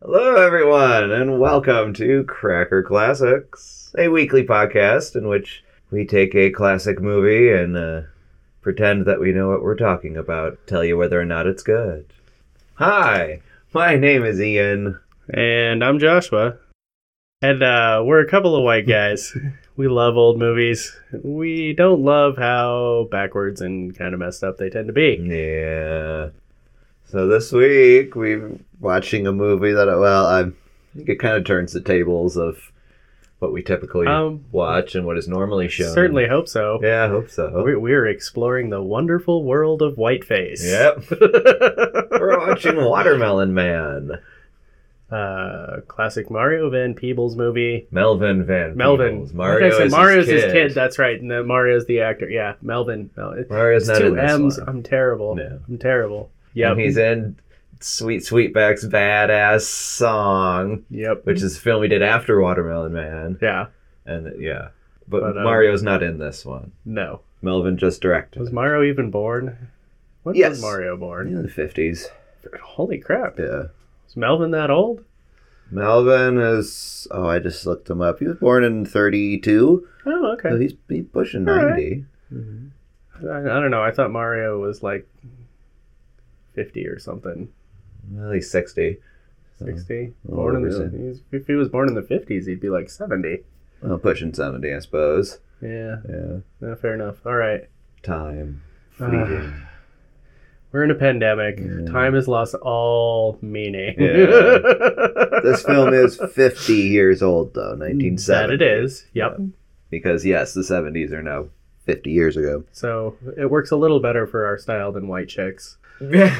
Hello, everyone, and welcome to Cracker Classics, a weekly podcast in which we take a classic movie and uh, pretend that we know what we're talking about, tell you whether or not it's good. Hi, my name is Ian. And I'm Joshua. And uh, we're a couple of white guys. we love old movies. We don't love how backwards and kind of messed up they tend to Mm, be. Yeah. So this week we're watching a movie that, well, I think it kind of turns the tables of what we typically Um, watch and what is normally shown. Certainly hope so. Yeah, I hope so. We're, we're exploring the wonderful world of whiteface. Yep. We're watching Watermelon Man. Uh, classic Mario Van Peebles movie. Melvin Van Melvin. Peebles. Like I Mario said, is Mario's his kid. That's right. And then Mario's the actor. Yeah, Melvin. Mel- Mario's it's not two in this M's. one. I'm terrible. No. I'm terrible. Yeah, Yep. He's in Sweet Sweetback's Badass Song, Yep. which is a film he did after Watermelon Man. Yeah. And yeah. But, But, um, Mario's not in this one. No. Melvin just directed. Was Mario even born? When Yes. was Mario born? in the 50s. Holy crap. Yeah. Is Melvin that old? Melvin is. Oh, I just looked him up. He was born in 32. Oh, So okay. he's, he's pushing All right. 90. I, I don't know. I thought Mario was like 50 or something. Well, he's 60. 60. Oh, born in really? the, he's, if he was born in the 50s, he'd be like 70. Well, pushing 70, I suppose. Yeah. Yeah. No, fair enough. All right. Time. Ah. Fleeting. We're in a pandemic. Yeah. Time has lost all meaning. Yeah. this film is 50 years old, though, 1970. That it is. Yep. Because, yes, the 70s are now 50 years ago. So it works a little better for our style than white chicks. and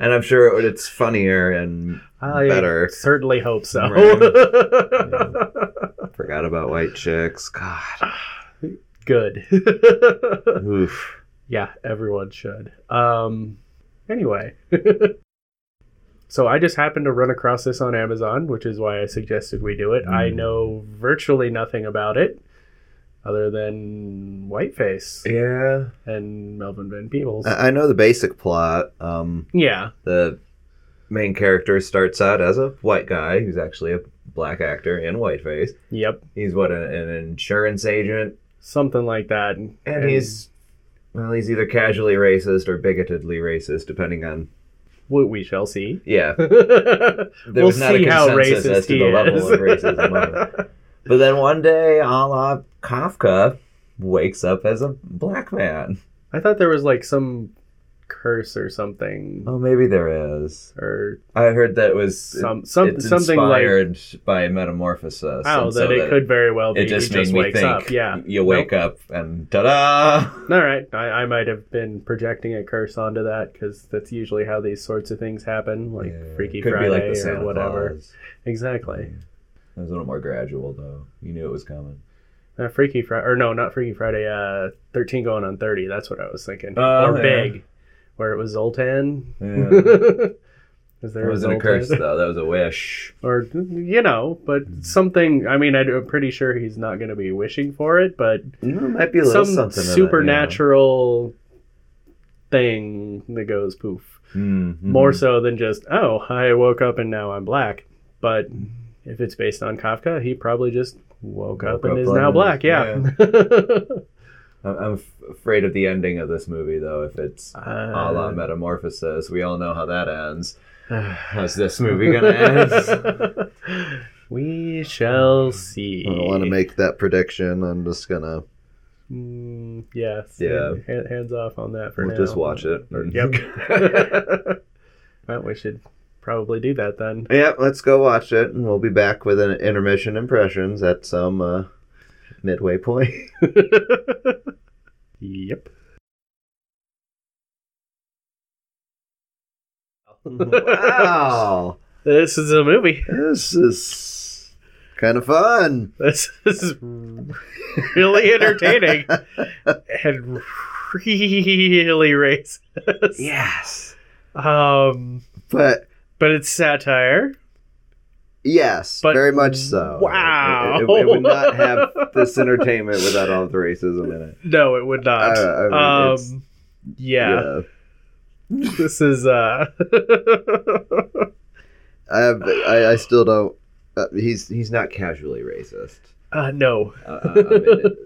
I'm sure it, would- it's funnier and I Better. certainly hope so. Right. forgot about white chicks. God. Good. Oof. Yeah, everyone should. Um anyway. so I just happened to run across this on Amazon, which is why I suggested we do it. I Mm. know virtually nothing about it other than Whiteface Yeah. Uh. and Melvin Van Peebles. I, I know the basic plot. Um, yeah. the main character starts out as a white guy who's actually a black actor in whiteface. Yep. He's what an, an insurance agent, Something like that. and he's well, he's either casually racist or bigotedly racist, depending on what we shall see. yeah. we'll There was not a see how consensus racist as to he the is. level of racism. but then one day, a la Kafka, wakes up as a black man. I thought there was like some curse or something. Oh, maybe there is. Or I heard that was some, some it's something like inspired by Metamorphosis. Oh, and that so it could very well be. It just he made just me wakes think. up. Yeah. You wake up and ta-da! All right. I, I might have been projecting a curse onto that because that's usually how these sorts of things happen, like Yeah, Freaky it could Friday be like the or Santa whatever. Claus. Exactly. It was a little more gradual though. You knew it was coming. Uh, Freaky Friday, or no, not Freaky Friday. Uh, thirteen going on thirty. That's what I was thinking. Oh, or yeah. Big, where it was Zoltan. Yeah. Is it there wasn't a Zoltan? curse though. That was a wish. Or you know, but Hmm. something. I mean, I'm pretty sure he's not going to be wishing for it, but might be a little some something. supernatural thing that goes poof. Mm-hmm. Hmm. More so than just, oh, I woke up and now I'm black. But Hmm. if it's based on Kafka, he probably just woke, Woke up and up is on now his- black. Yeah. Mm-hmm. I'm, I'm f- afraid of the ending of this movie though. If it's a la Uh, Metamorphosis, we all know how that ends. How's this movie gonna end? we shall see. I don't want to make that prediction. I'm just gonna. Mm, yes. Yeah. Hand- hands off on that for we'll now. just watch it. Or- Yep. well, we should probably do that then. Yeah, let's go watch it, and we'll be back with an intermission impressions at some uh, midway point. Yep. wow, This is a movie. this is kind of fun. This is really entertaining and really racist. Yes. Um, But but it's satire. yes, But very much so. wow. it, it- it would not have this entertainment without all the racism in it. No, it would not. Uh, I mean, it's- um, yeah, this is uh, I, have, I, I still don't. Uh, he's he's not casually racist. Uh, no. Uh, uh, I mean, it-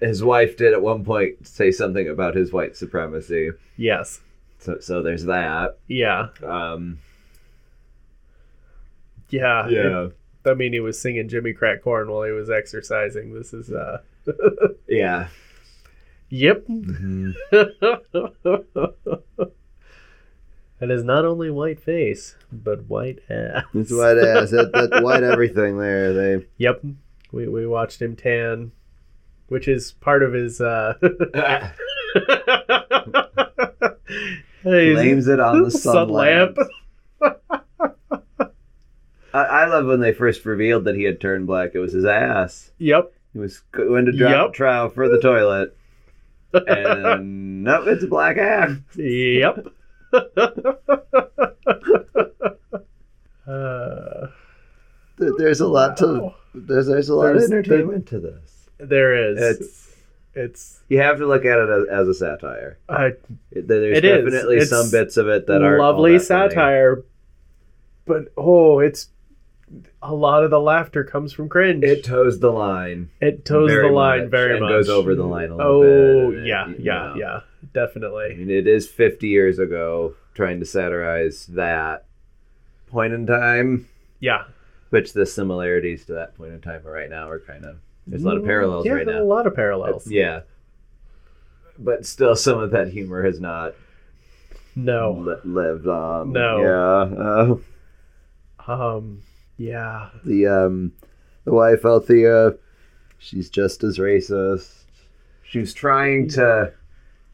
his wife did at one point say something about his white supremacy. Yes. So, so there's that. Yeah. Um, Yeah. yeah. I mean, he was singing Jimmy Crack Corn while he was exercising. This is, uh, Yeah. yep. Mhm. and is not only white face, but white ass. It's white ass. That, that white everything there. They Yep. We, we watched him tan, which is part of his, uh, Blames it on the sun, lamp. I, I love when they first revealed that he had turned black. It was his ass. Yep. He was going to drop Yep. trow for the toilet. And nope, it's a black ass. Yep. uh, th- there's a lot to wow. there's there's a lot There's of entertainment. entertainment to this. There is. It's. It's you have to look at it as, as a satire. I It- There's It is. definitely It's some bits of it that are lovely satire, but oh, it's a lot of the laughter comes from cringe. It toes the line. It toes very the line much very and much. goes over the line a little oh bit, and it- yeah, you yeah, know. yeah, I definitely. mean, it is 50 years ago trying to satirize that point in time, Yeah, which the similarities to that point in time right now are kind of there's a lot of parallels Mm, yeah, right there's now. A lot of parallels. Yeah. But still, some of that humor has not No, li- lived on. No. Yeah. Uh, um, yeah, the um the wife Althea, she's just as racist. She was trying to,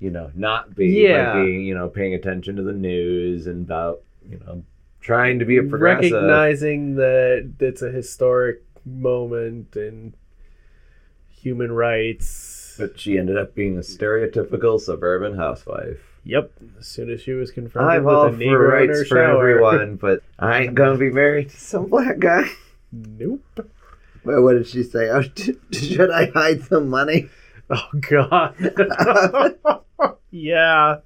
you know, not be Yeah. by being, you know, paying attention to the news and about, you know, trying to be a progressive. recognizing that it's a historic moment and human rights. But she ended up being a stereotypical suburban housewife. Yep. As soon as she was confronted I'm with all a for Negro in her rights for shower. everyone, but I ain't gonna be married to some black guy. Nope. Wait, what did she say? Oh, should I hide some money? Oh god. yeah.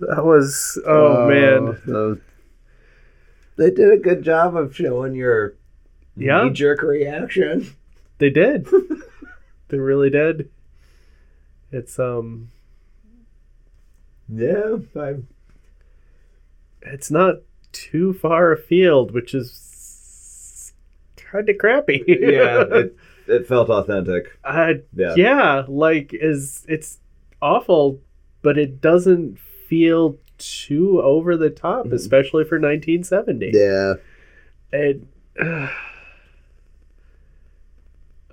That was oh man. so- They did a good job of showing your Yeah. knee-jerk reaction. They did. they really did. It's um Yeah, I'm it's not too far afield, which is kinda crappy. yeah, it, it felt authentic. I Yeah. yeah like is it's awful but it doesn't feel too over the top Mhm. especially for 1970 yeah. it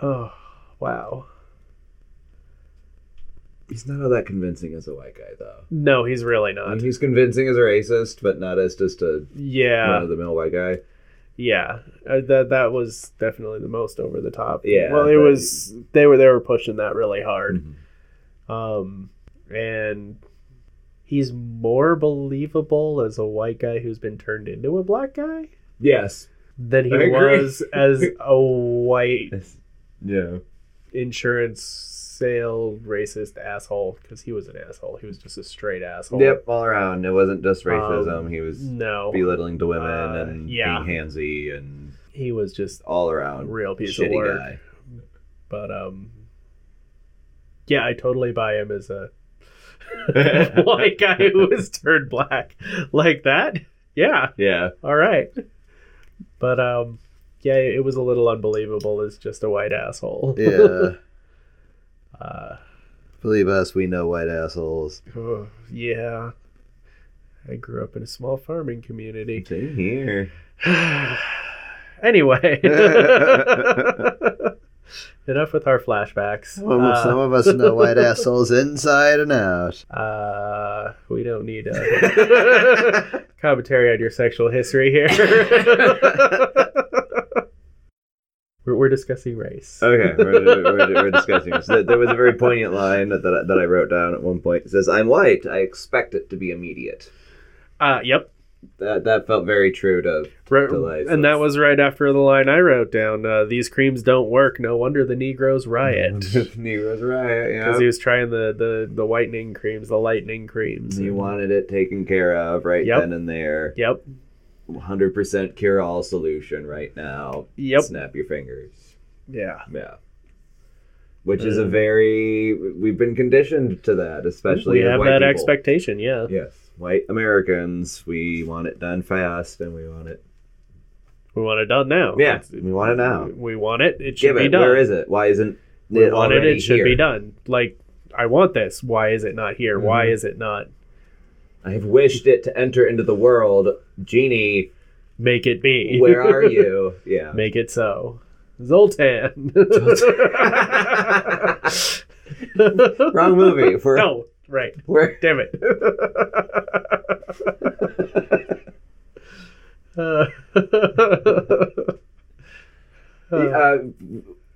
oh wow He's not all that convincing as a white guy, though. no he's really I mean, not he's convincing as a racist, but not as just a run yeah of the mill white guy. yeah Uh, that that was definitely the most over the top Yeah, well it but- was they were they were pushing that really hard Mm-hmm. Hmm. Um, and he's more believable as a white guy who's been turned into a black guy Yes. than he I agree. was as a white Yeah. insurance sale racist asshole because he was an asshole. He was just a straight asshole. Yep, all around. It wasn't just racism. Um, he was No, belittling to women Uh, and yeah. being handsy and he was just all a around real piece of shitty work. guy. But um, yeah, I totally buy him as a white guy who was turned black like that. Yeah. Yeah. all right but um yeah it was a little unbelievable as just a white asshole Yeah. uh, Believe us, we know white assholes. oh, yeah i grew up in a small farming community Same here. anyway enough with our flashbacks Some of, some uh, of us know white assholes inside and out. uh, we don't need a commentary on your sexual history here we're, we're discussing race Okay, we're, we're, we're discussing this. There there was a very poignant line that, that, I, that I wrote down at one point. It says, I'm white. I expect it to be immediate. uh yep That, that felt very true to Right, delays. and that was right after the line I wrote down. Uh, These creams don't work. No wonder the Negroes riot. Because Negro's riot, yeah. he was trying the, the, the whitening creams, the lightning creams. He wanted it taken care of right Yep. then and there. Yep. 100% cure all solution right now. Yep. Snap your fingers. Yeah. Yeah. Which is Uh, a very we've been conditioned to that, especially we as have white that people. expectation. Yeah. Yes, white Americans, we want it done fast, and we want it. We want it done now. Yeah, It's- we want it now. We want it. It should Give be it. done. Where is it? Why isn't we it want it. already It should here? be done. Like, I want this. Why is it not here? Why Mhm. is it not? I have wished it to enter into the world, genie. Make it be. Where are you? Yeah. Make it so. Zoltan. Wrong movie. For no. Right. where? Damn it. Uh, Uh,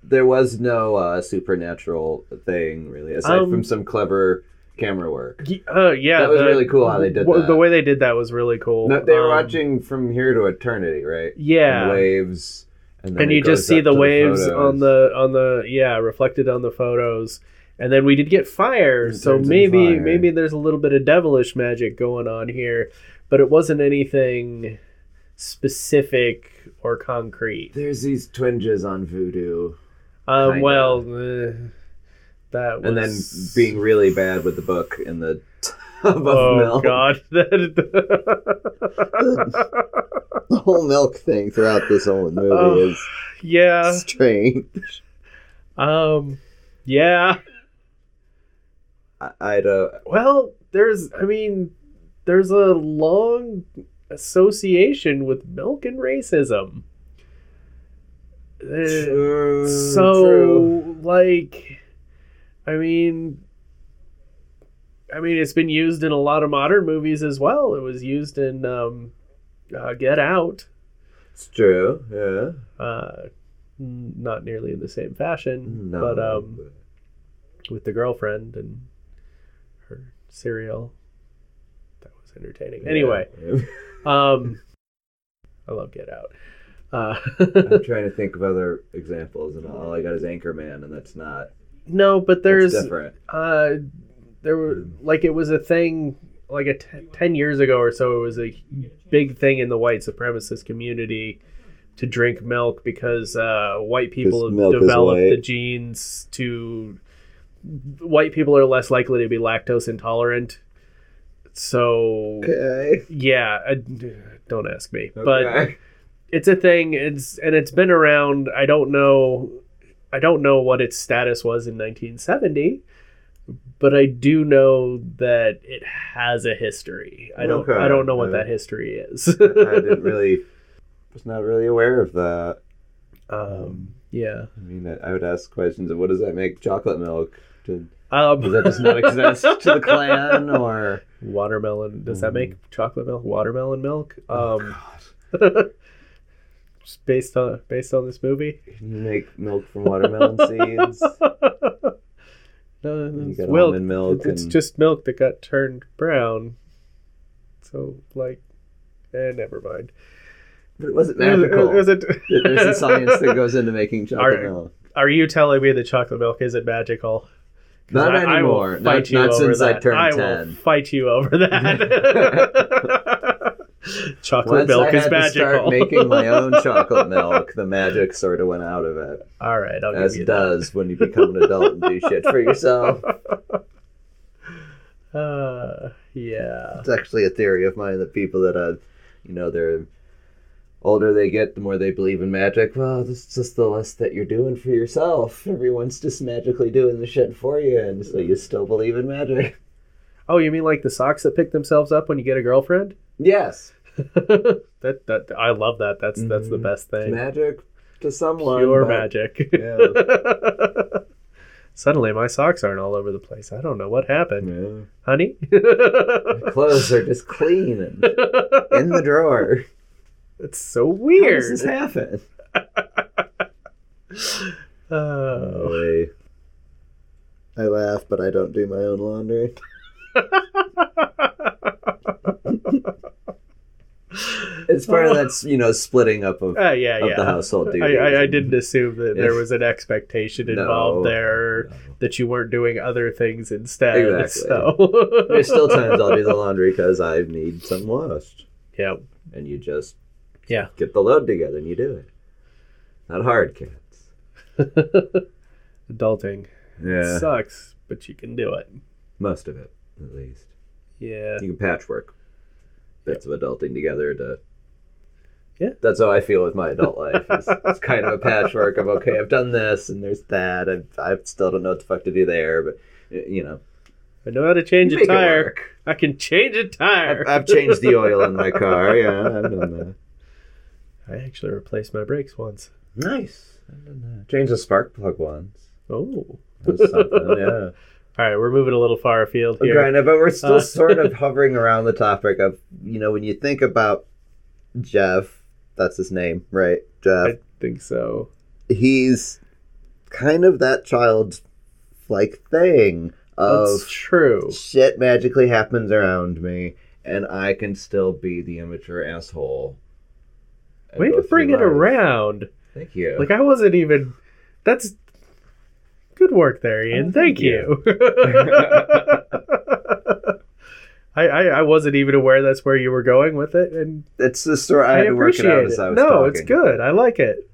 there was no uh, supernatural thing really, aside Um, from some clever camera work. y- uh, yeah, That was the- really cool how they did wa- that. The way they did that was really cool. No, they were Um, watching from here to eternity, right? Yeah, and waves, then and it you goes just see up the to waves photos. on the on the yeah reflected on the photos and then we did get fire It so turns into maybe fire. maybe there's a little bit of devilish magic going on here but it wasn't anything specific or concrete There's these twinges on voodoo, um Kinda. well eh, that was and then being really bad with the book in the tub of oh milk. god the whole milk thing throughout this whole movie Oh. is yeah strange. um yeah I, I don't. Well, there's, I mean, there's a long association with milk and racism. Uh, True, so, true. like, I mean, I mean, it's been used in a lot of modern movies as well. It was used in um, uh, Get Out, it's true. Yeah, uh, n- not nearly in the same fashion, no, but um, with the girlfriend and her cereal. That was entertaining. Anyway, um, I love Get Out. Uh, I'm trying to think of other examples, and all I got is Anchorman, and that's not. no, but There's there's different. uh, there were like it was a thing like a t- ten years ago or so. It was a big thing in the white supremacist community to drink milk because uh, white Because people have milk is developed white. the genes to. White people are less likely to be lactose intolerant, so Okay. yeah. I, don't ask me, but it's a thing it's and it's been around i don't know i don't know what its status was in 1970 but i do know that it has a history i don't Okay, i don't know what uh, that history is I didn't really was not really aware of that. um yeah I mean, I, I would ask questions of what does that make chocolate milk? Did, um does that just not exist to the Mm. clan or? watermelon does that make chocolate milk watermelon milk um God. just based on based on this movie Can you make milk from watermelon seeds? no You it's got milk. almond milk. it's and, just milk that got turned brown so like eh, never mind but it wasn't It was- magical. it was a- There's a science that goes into making chocolate Alright. milk. Are you telling me the chocolate milk isn't magical? 'Cause Not I- I will anymore. Not- fight you not over since I that. turned I 10. will fight you over that. chocolate Once I milk is had to start magical. making my own chocolate milk, the magic sort of went out of it, All right, I'll as give you that. does when you become an adult and do shit for yourself. Uh, yeah. It's actually a theory of mine that people that uh, you know, they're older they get, the more they believe in magic. Well, this is just the less that you're doing for yourself. Everyone's just magically doing the shit for you, and so you still believe in magic. Oh, you mean like the socks that pick themselves up when you get a girlfriend? Yes, that that I love that. That's that's the Mhm. best thing. magic to someone. Pure but- magic. Yeah. Suddenly, my socks aren't all over the place. I don't know what happened, Yeah. honey. Clothes are just clean and in the drawer. It's so How does weird. this happen? Oh. I laugh, but I don't do my own laundry. It's part of that, you know, splitting up of, Uh, yeah, of the yeah. household I, duties. I, I didn't assume that there Yes. was an expectation No. involved there that you weren't doing other things instead. Exactly. So. There's still times I'll do the laundry because I need some washed, yeah. and you just Yeah. Get the load together and you do it. Not hard, kids. Adulting Yeah. sucks, but you can do it. most of it, at least. Yeah. You can patchwork bits of adulting together to. Yeah. That's how I feel with my adult life. It's, it's kind of a patchwork of okay, I've done this and there's that. and I still don't know what the fuck to do there, but y- you know, I know how to change you a make it tire. work. I can change a I've, tire. I've changed the oil in my car. Yeah, I've done that. I actually replaced my brakes once. Nice. I've done that. Changed the spark plug once. Oh. That was something, yeah. All right, we're moving a little far afield Okay, here. I know, but we're still Uh, sort of hovering around the topic of you know when you think about Jeff, that's his name, right? Jeff. I think so. he's kind of that child like thing That's of true. shit magically happens around me and I can still be the immature asshole. and Way go to through bring it life. around. Thank you. Like I wasn't even. That's good work there, Ian. Oh, Thank thank you. I, I I wasn't even aware that's where you were going with it, and it's the story I I, had to work appreciate it out it. as I was no, talking. it's good. I like it.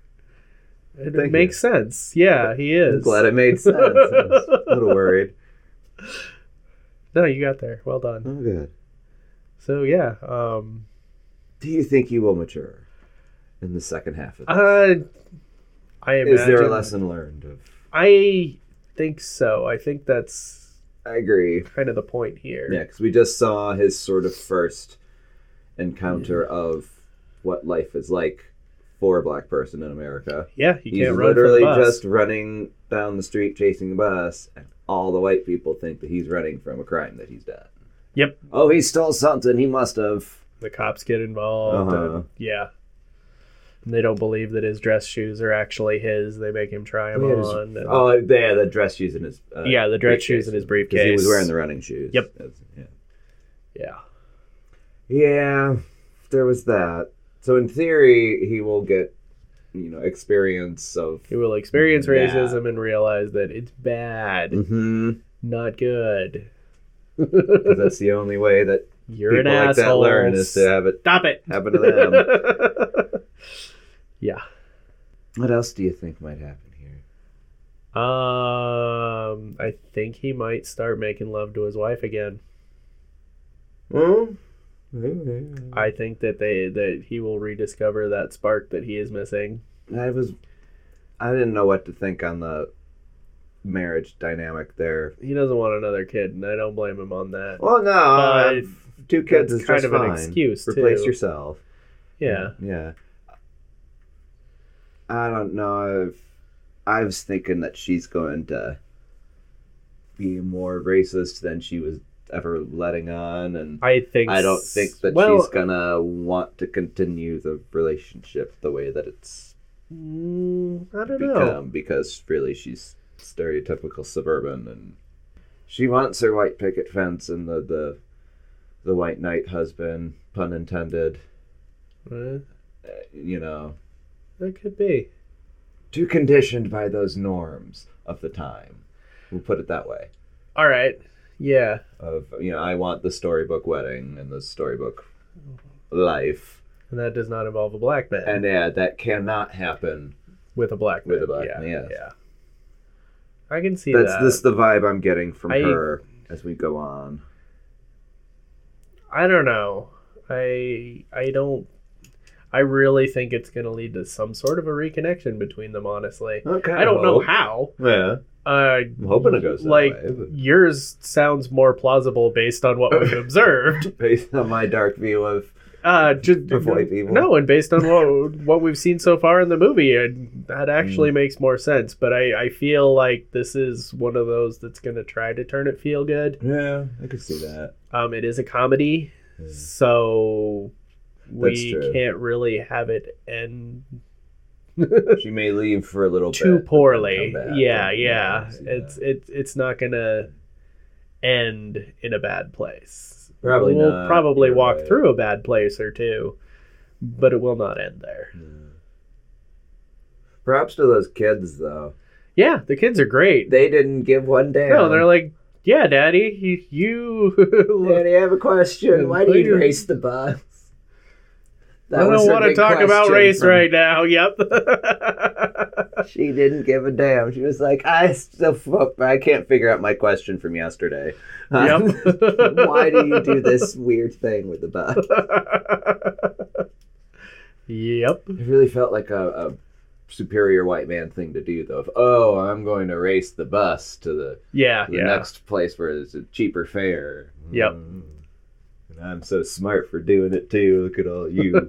It Thank you. makes sense. Yeah, he I'm is. glad it made sense. I was a little worried. No, you got there. Well done. Oh good. So yeah, um, Do you think you will mature in the second half of this? uh, I imagine, Is there a lesson learned of I think so. I think that's I agree. kind of the point here. Yeah, because we just saw his sort of first encounter of what life is like for a black person in America. Yeah, you He's can't run literally from the bus. just running down the street chasing the bus, and all the white people think that he's running from a crime that he's done. Yep. Oh, he stole something. He must have. the cops get involved. Uh-huh. and- yeah. And they don't believe that his dress shoes are actually his. They make him try them Yeah, it was- on. and- Oh, yeah, the dress shoes in his. Uh, yeah, the dress shoes in his Because briefcase. he was wearing the running shoes. Yep. That's- yeah. Yeah. Yeah, there was that. So in theory, he will get, you know, experience of. He will experience Yeah. racism and realize that it's bad, Mm-hmm. not good. 'Cause that's the only way that You're an people like that asshole. learn is to have it Stop it. happen to them. yeah. what else do you think might happen here? Um, I think he might start making love to his wife again. Well, I, I think that they that he will rediscover that spark that he is missing. I was, I didn't know what to think on the marriage dynamic there. He doesn't want another kid, and I don't blame him on that. Well, no, But uh, two kids that's is kind just of an fine. excuse, Replace too. yourself. Yeah. Yeah. I don't know. If, I was thinking that she's going to be more racist than she was ever letting on, and I think I don't s- think that well, she's gonna want to continue the relationship the way that it's mm, I don't know. become because really she's stereotypical suburban and she wants her white picket fence and the the, the white knight husband, pun intended. Uh, uh, You know, that could be. too conditioned by those norms of the time. We'll put it that way. All right. Yeah. Of you know, I want the storybook wedding and the storybook life, And that does not involve a black man and yeah, that cannot happen. with a black man. With a black yeah, man, yes. Yeah. I can see That's that. this the vibe I'm getting from I- her as we go on. I don't know. I I don't. I really think it's going to lead to some sort of a reconnection between them. Honestly, Okay, I don't know how. Yeah, Uh, I'm hoping it goes that like way, but- yours sounds more plausible based on what we've observed. based on my dark view of uh just Of white people. no and based on what what we've seen so far in the movie it, Hmm. that actually makes more sense but i i feel like this is one of those that's gonna try to turn it feel good yeah, I could see that. um it is a comedy Yeah. so we That's true. can't really have it end She may leave for a little bit, too but then poorly come back. yeah I yeah can see that. it's it's it's not gonna end in a bad place Probably we'll not. probably You're walk right. through a bad place or two but it will not end there Yeah. Props to those kids though. Yeah, the kids are great. They didn't give one damn. No, they're like, yeah, daddy, you. you Danny, I have a question. Why do Yeah. you race the bus? I don't want to talk about race right now. Yep. She didn't give a damn. She was like, I still, fuck- I can't figure out my question from yesterday. Um, yep. Why do you do this weird thing with the buck? yep. It really felt like a, a superior white man thing to do, though. Of, oh, I'm going to race the bus to the, Yeah. the Yeah. next place where there's a cheaper fare. Yep. Mm. And I'm so smart for doing it too. Look at all you.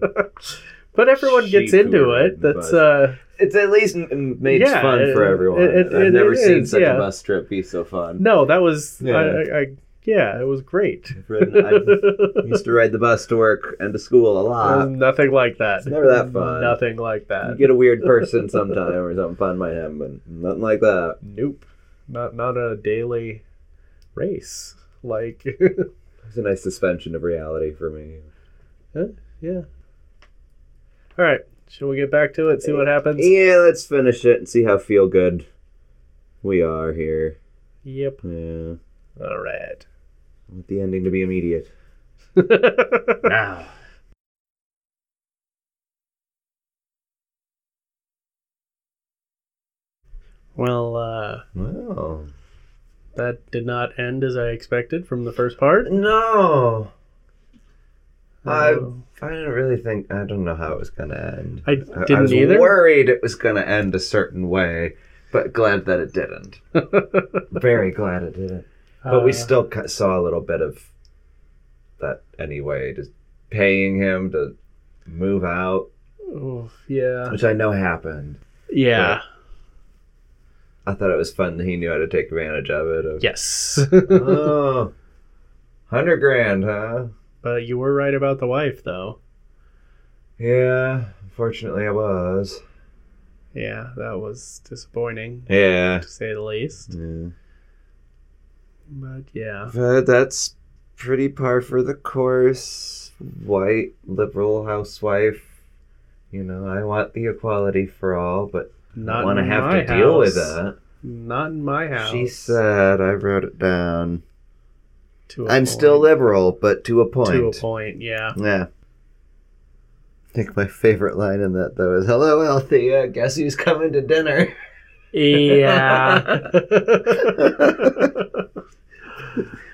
But everyone gets She into toured it. the That's bus. uh it's at least m- m- made Yeah, fun for it- everyone. it- it- I've it- never it seen is, such yeah. a bus trip be so fun. no, that was Yeah. I, I, I yeah, it was great. I've ridden- I've- I used to ride the bus to work and to school a lot. nothing like that. it's never that fun. Nothing like You that. get a weird person sometime or something fun might happen, but nothing like that. Nope. Not not a daily race. Like It's a nice suspension of reality for me. yeah. All right. Shall we get back to it? See what happens. Yeah, let's finish it and see how feel good we are here. Yep. Yeah. All right. I want the ending to be immediate. Now. well, uh Wow. that did not end as I expected from the first part. No. I Uh, I didn't really think I don't know how it was gonna end. I I- didn't I was either. worried it was gonna end a certain way, but glad that it didn't. Very glad it didn't. But we Uh, still ca- saw a little bit of that anyway, just paying him to move out, oh, yeah. which I know happened. Yeah. I thought it was fun that he knew how to take advantage of it. Of, Yes. Uh-huh. oh, 100 grand, huh? but you were right about the wife though. Yeah, unfortunately I was. Yeah, that was disappointing Yeah. to say the least. yeah. But yeah. But that's pretty par for the course. White, liberal housewife. You know, I want the equality for all, but Not I want to in have my to deal with house. that. Not in my house. She said, I wrote it down. To a I'm still point. liberal, but to a point. to a point, yeah. Yeah. I think my favorite line in that, though, is Hello, Althea. Guess who's coming to dinner? Yeah.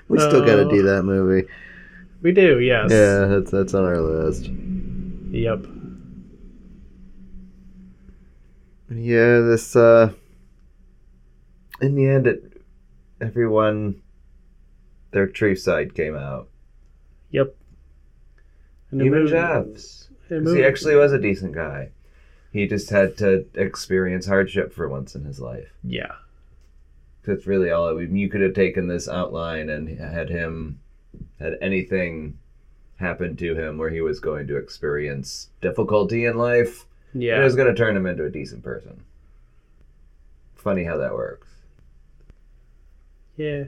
We still got to Oh. do that movie. we do, yes. Yeah, that's, that's on our list. Yep. Yeah, this, uh. In the end, it, everyone. Their true side came out. Yep. And it Even moved- Jeff's. it 'Cause moved- he actually was a decent guy. He just had to experience hardship for once in his life. Yeah. That's really all. I mean, you could have taken this outline and had him, had anything happen to him where he was going to experience difficulty in life, and it Yeah. was going to turn him into a decent person. Funny how that works. Yeah.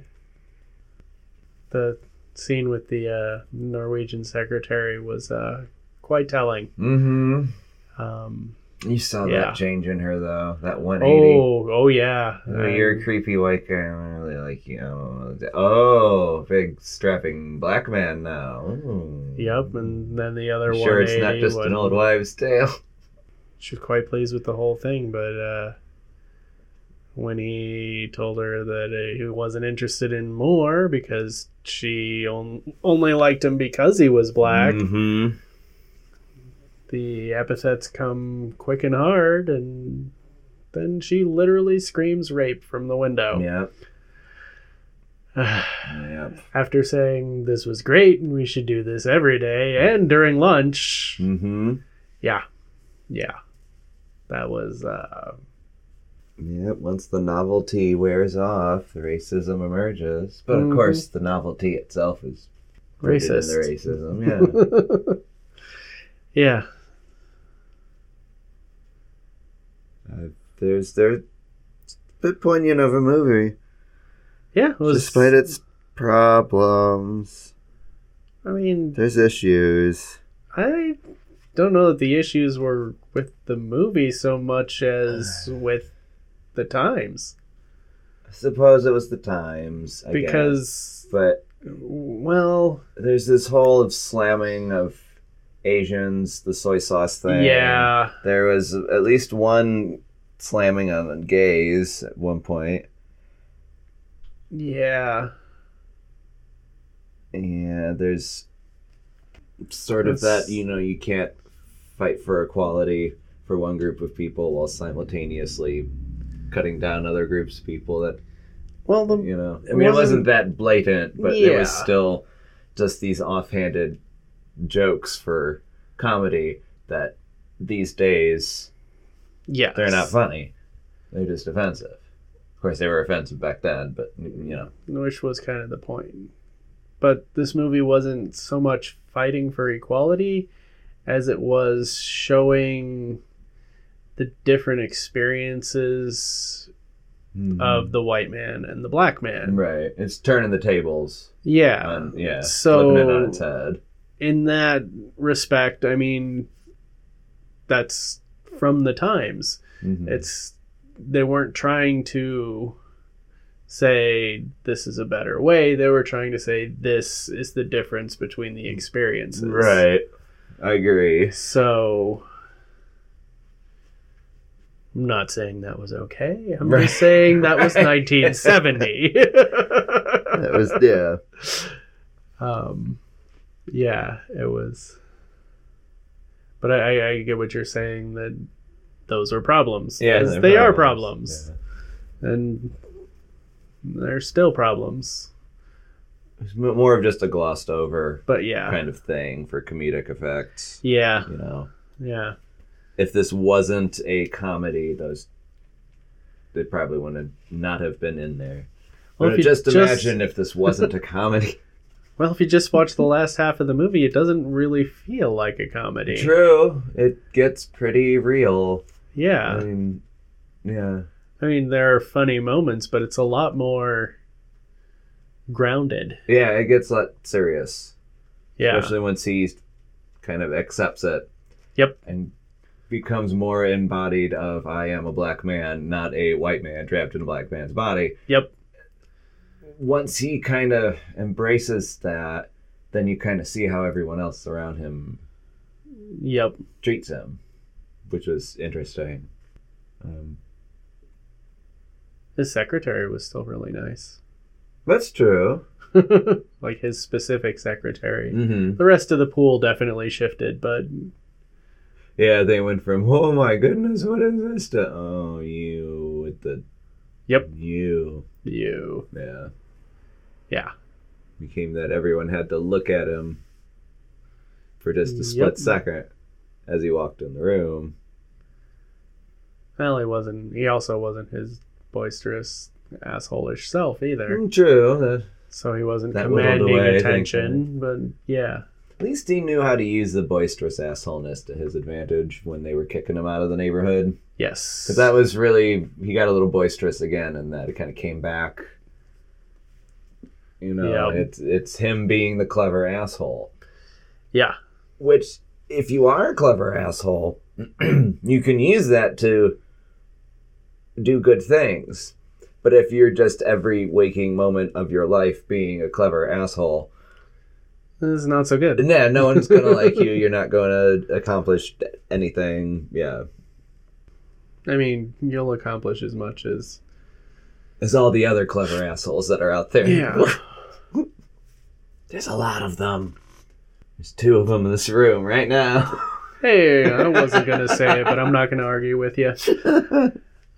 The scene with the uh, Norwegian secretary was uh, quite telling. Mm-hmm. Um, You saw Yeah. that change in her though. That 180. oh, oh yeah. Oh, you're a creepy white guy. I don't really like you. I don't wanna do- Oh, big strapping black man now. Ooh. Yep, and then the other You Mm-hmm. sure, it's 180 not just was, an old wives' tale. she was quite pleased with the whole thing, but uh, when he told her that uh, he wasn't interested in more because she on- only liked him because he was black, Mm-hmm. the epithets come quick and hard, and then she literally screams rape from the window. Yep. Yep. After saying this was great and we should do this every day and during lunch, Mm-hmm. yeah, that was uh, Yep. Once the novelty wears off, the racism emerges. But of Mhm. course, the novelty itself is rooted in racist. The racism. Yeah. yeah, uh, there's there's it's a bit poignant of a movie, yeah. It was, despite its problems. I mean, There's issues. I don't know that the issues were with the movie so much as with the times, I suppose it was the times. I guess. because but well, there's this whole of slamming of Asians, the soy sauce thing. Yeah. There was at least one slamming on gays at one point. Yeah. Yeah, there's sort of That's- that, you know, you can't fight for equality for one group of people while simultaneously cutting down other groups of people that, Well, the you know. I mean, it wasn't that blatant, but there was Yeah. still just these offhanded jokes for comedy that these days yeah, they're not funny. They're just offensive. Of course, they were offensive back then, but you know, which was kind of the point. But this movie wasn't so much fighting for equality as it was showing the different experiences Mm-hmm. of the white man and the black man. Mm. right. It's turning the tables. Yeah. on yeah, So- flipping it on its head. in that respect, I mean, that's from the times. Mm-hmm. It's they weren't trying to say this is a better way. They were trying to say this is the difference between the experiences. right. I agree. So I'm not saying that was okay. I'm Right. just saying that was 1970. That was yeah. um yeah it was but I, I i get what you're saying that those are problems Yeah, As they're they are problems. problems and they're still problems It's m- more of just a glossed over but yeah kind of thing for comedic effects. yeah You know, yeah if this wasn't a comedy, those they probably would have not have been in there. Well, if but you just just- imagine if this wasn't a comedy. well if you just watch the last half of the movie it doesn't really feel like a comedy True, it gets pretty real. I yeah mean, yeah, i mean there are funny moments but it's a lot more grounded yeah, it gets like serious. yeah especially once he kind of accepts it. Yep. And becomes more embodied of I am a black man, not a white man trapped in a black man's body. yep Once he kind of embraces that, then you kind of see how everyone else around him yep treats him, which was interesting. Um, his secretary was still really nice that's true. like his specific secretary. hmm The rest of the pool definitely shifted, but Yeah, they went from "Oh my goodness, what is this?" to "Oh, you with the Yep. you." you, Yeah. Yeah. Became that everyone had to look at him for just a split Yep. second as he walked in the room. well, he wasn't. He also wasn't his boisterous asshole-ish self either. Mm, True. That, So he wasn't That whittled commanding away, attention. But yeah, at least he knew how to use the boisterous assholeness to his advantage when they were kicking him out of the neighborhood. yes, Because that was really, he got a little boisterous again, and that it kind of came back. You know, Yeah. it's it's him being the clever asshole. yeah, Which, if you are a clever asshole, you can use that to do good things. But if you're just every waking moment of your life being a clever asshole, this is not so good. nah, no one's gonna like you. You're not going to accomplish anything. Yeah, I mean, you'll accomplish as much as there's all the other clever assholes that are out there. yeah, there's a lot of them. There's two of them in this room right now. Hey, I wasn't gonna say it, but I'm not gonna argue with you.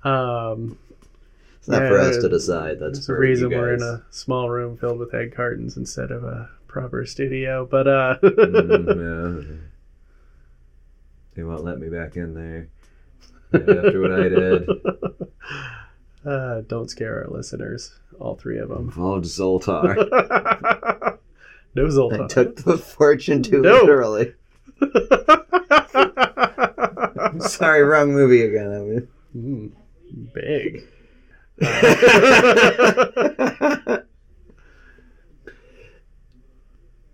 Um, It's not Yeah, for us to there- decide. That's there's a for reason you we're in guys. a small room filled with egg cartons instead of a proper studio. But uh, Mm, yeah. They won't let me back in there Not after what I did. uh, don't scare our listeners, all three of them. Involved Zoltar. no I Zoltan. took the fortune too No. literally. Sorry, wrong movie again. I mean. Mm, big.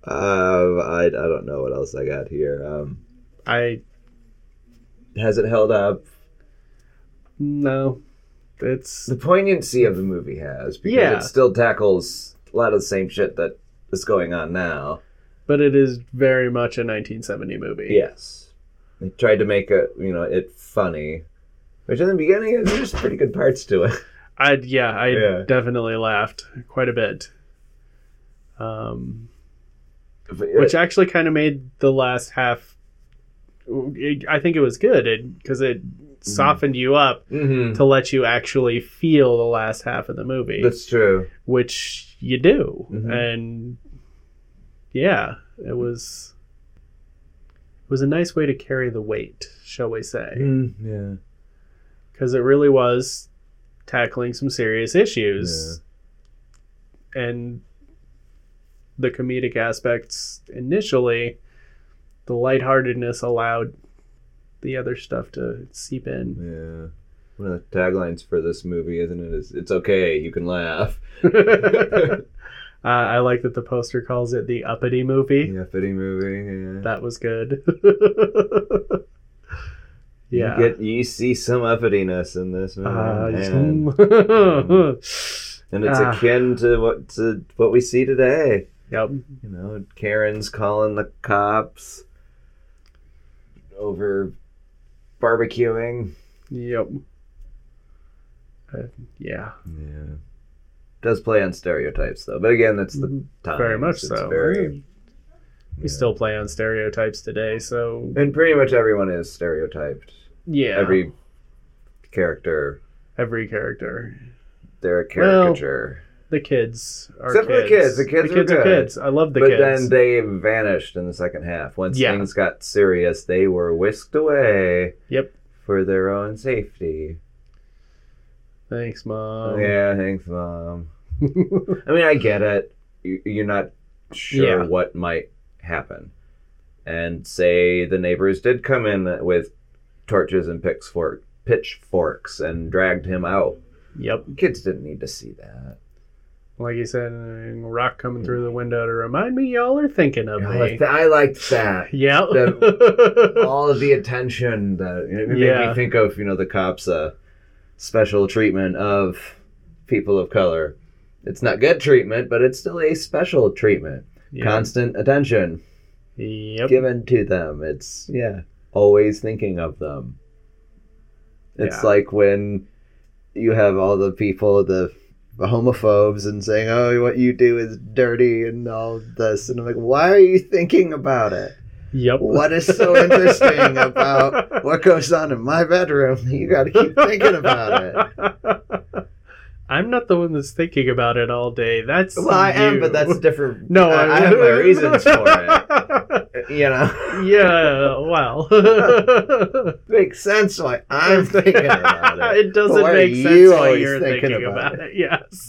Um, I, I don't know what else I got here. Um, I has it held up? no, it's The poignancy of the movie has because Yeah. it still tackles a lot of the same shit that is going on now. but it is very much a 1970 movie. Yes. They tried to make it, you know, it funny, which in the beginning is just pretty good parts to it. I yeah, I Yeah. definitely laughed quite a bit. Um, which actually kind of made the last half. it- I think it was good because it, Mm-hmm. softened you up Mhm. to let you actually feel the last half of the movie, That's true. which you do, Mhm. and yeah, it was it was a nice way to carry the weight, shall we say? Mm, yeah. because it really was tackling some serious issues and the comedic aspects initially the lightheartedness allowed the other stuff to seep in Yeah. One of the taglines for this movie, isn't it? Is it's okay, you can laugh. uh, i like that the poster calls it the uppity movie Yeah, fitting movie. Yeah. that was good yeah You, get, you see some uppityness in this movie. Uh, man. and it's Ah. akin to what to what we see today. yep You know, Karen's calling the cops over barbecuing. Yep. Uh, yeah. Yeah. Does play on stereotypes though, but again, that's the time. Mm, very much so. Mm-hmm. Very, We still play on stereotypes today, so and pretty much everyone is stereotyped. yeah. Eh, Every character, every character. they're a caricature. The kids are Except for the kids. The kids were are good. kids. I love the but kids. then they vanished in the second half. Once Yeah. things got serious, they were whisked away. Yep. For their own safety. Thanks, mom. yeah, thanks, mom. I mean, I get it. You- You're not sure Yeah. what might happen. And say the neighbors did come in with torches and pitchfork, pitchforks and dragged him out. yep. Kids didn't need to see that. Like you said, uh, rock coming through the Mm. window to remind me y'all are thinking of I me. liked, I liked that. Yeah. all of the attention that it made Yeah. me think of you know the cops uh, special treatment of people of color it's not good treatment but it's still a special treatment yeah. constant attention Yep. given to them it's yeah always thinking of them it's Yeah. like when you have all the people the homophobes and saying oh what you do is dirty and all this and i'm like why are you thinking about it Yep. what is so interesting about what goes on in my bedroom that you got to keep thinking about it? I'm not the one that's thinking about it all day. That's Well, I am, you. but that's different. no. I, I have my reasons for it. it. You know, yeah. Well, makes sense why I'm thinking about it. It doesn't Why are make sense you why always you're thinking thinking, about about, it. Yes.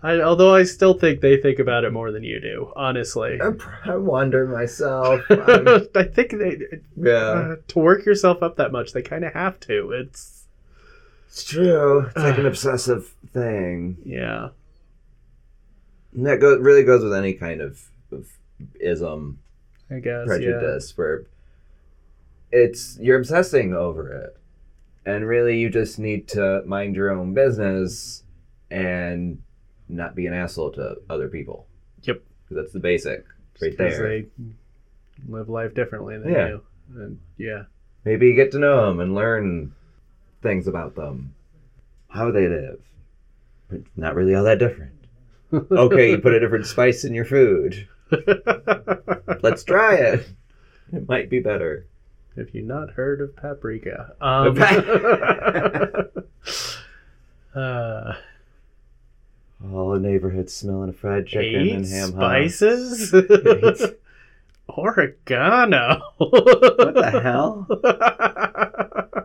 I, although I still think they think about it more than you do, honestly. I'm pr- I wonder myself. I'm- I think they yeah, uh, to work yourself up that much, they kind of have to. It's it's true. It's like an obsessive thing. yeah, And that go- really goes with any kind of, of ism, I guess prejudice, where it's you're obsessing over it. and really you just need to mind your own business and not be an asshole to other people Yep. that's the basic Yeah. right Because there They live life differently than Yeah. you. And yeah, maybe you get to know them and learn things about them how they live It's not really all that different okay you put a different spice in your food let's try it it might be better Have you not heard of paprika? Um, uh, all the neighborhood smelling of fried chicken eight and ham hocks. spices? Eight. Oregano. what the hell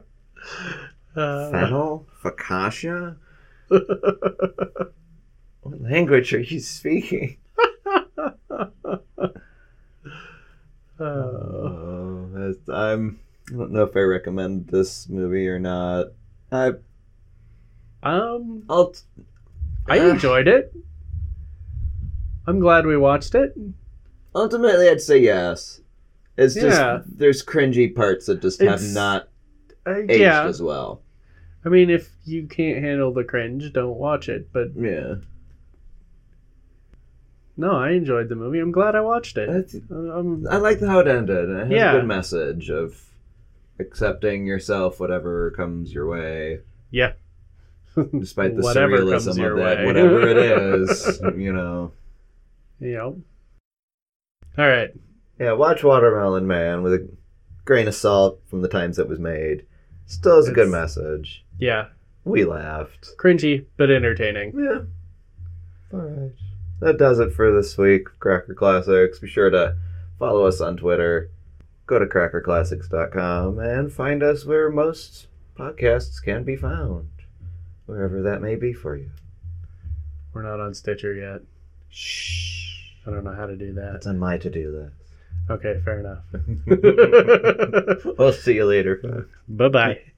Uh, Fennel? Fakasha? what language are you speaking? uh, Oh, that's- I'm. I don't know if I recommend this movie or not. I, um, I'll. I enjoyed it. I'm glad we watched it. Ultimately, I'd say yes. It's Yeah. just there's cringy parts that just have It's- not Uh, aged yeah, as well. I mean, if you can't handle the cringe, don't watch it. But Yeah. No, I enjoyed the movie. I'm glad I watched it. That's- Um, I liked how it ended. and It has Yeah. a good message of accepting yourself, whatever comes your way. Yeah. Despite the Whatever surrealism comes of your that, way. whatever it is, you know. you know. All right. Yeah, watch Watermelon Man with a grain of salt from the times it was made. Still is a good It's- message. Yeah. We laughed. Cringy, but entertaining. Yeah. All right. That does it for this week, Cracker Classics. Be sure to follow us on Twitter. Go to crackerclassics.com and find us where most podcasts can be found, wherever that may be for you. We're not on Stitcher yet. Shh. I don't know how to do that. That's on my to do Okay, fair enough. list. we'll see you later. bye bye.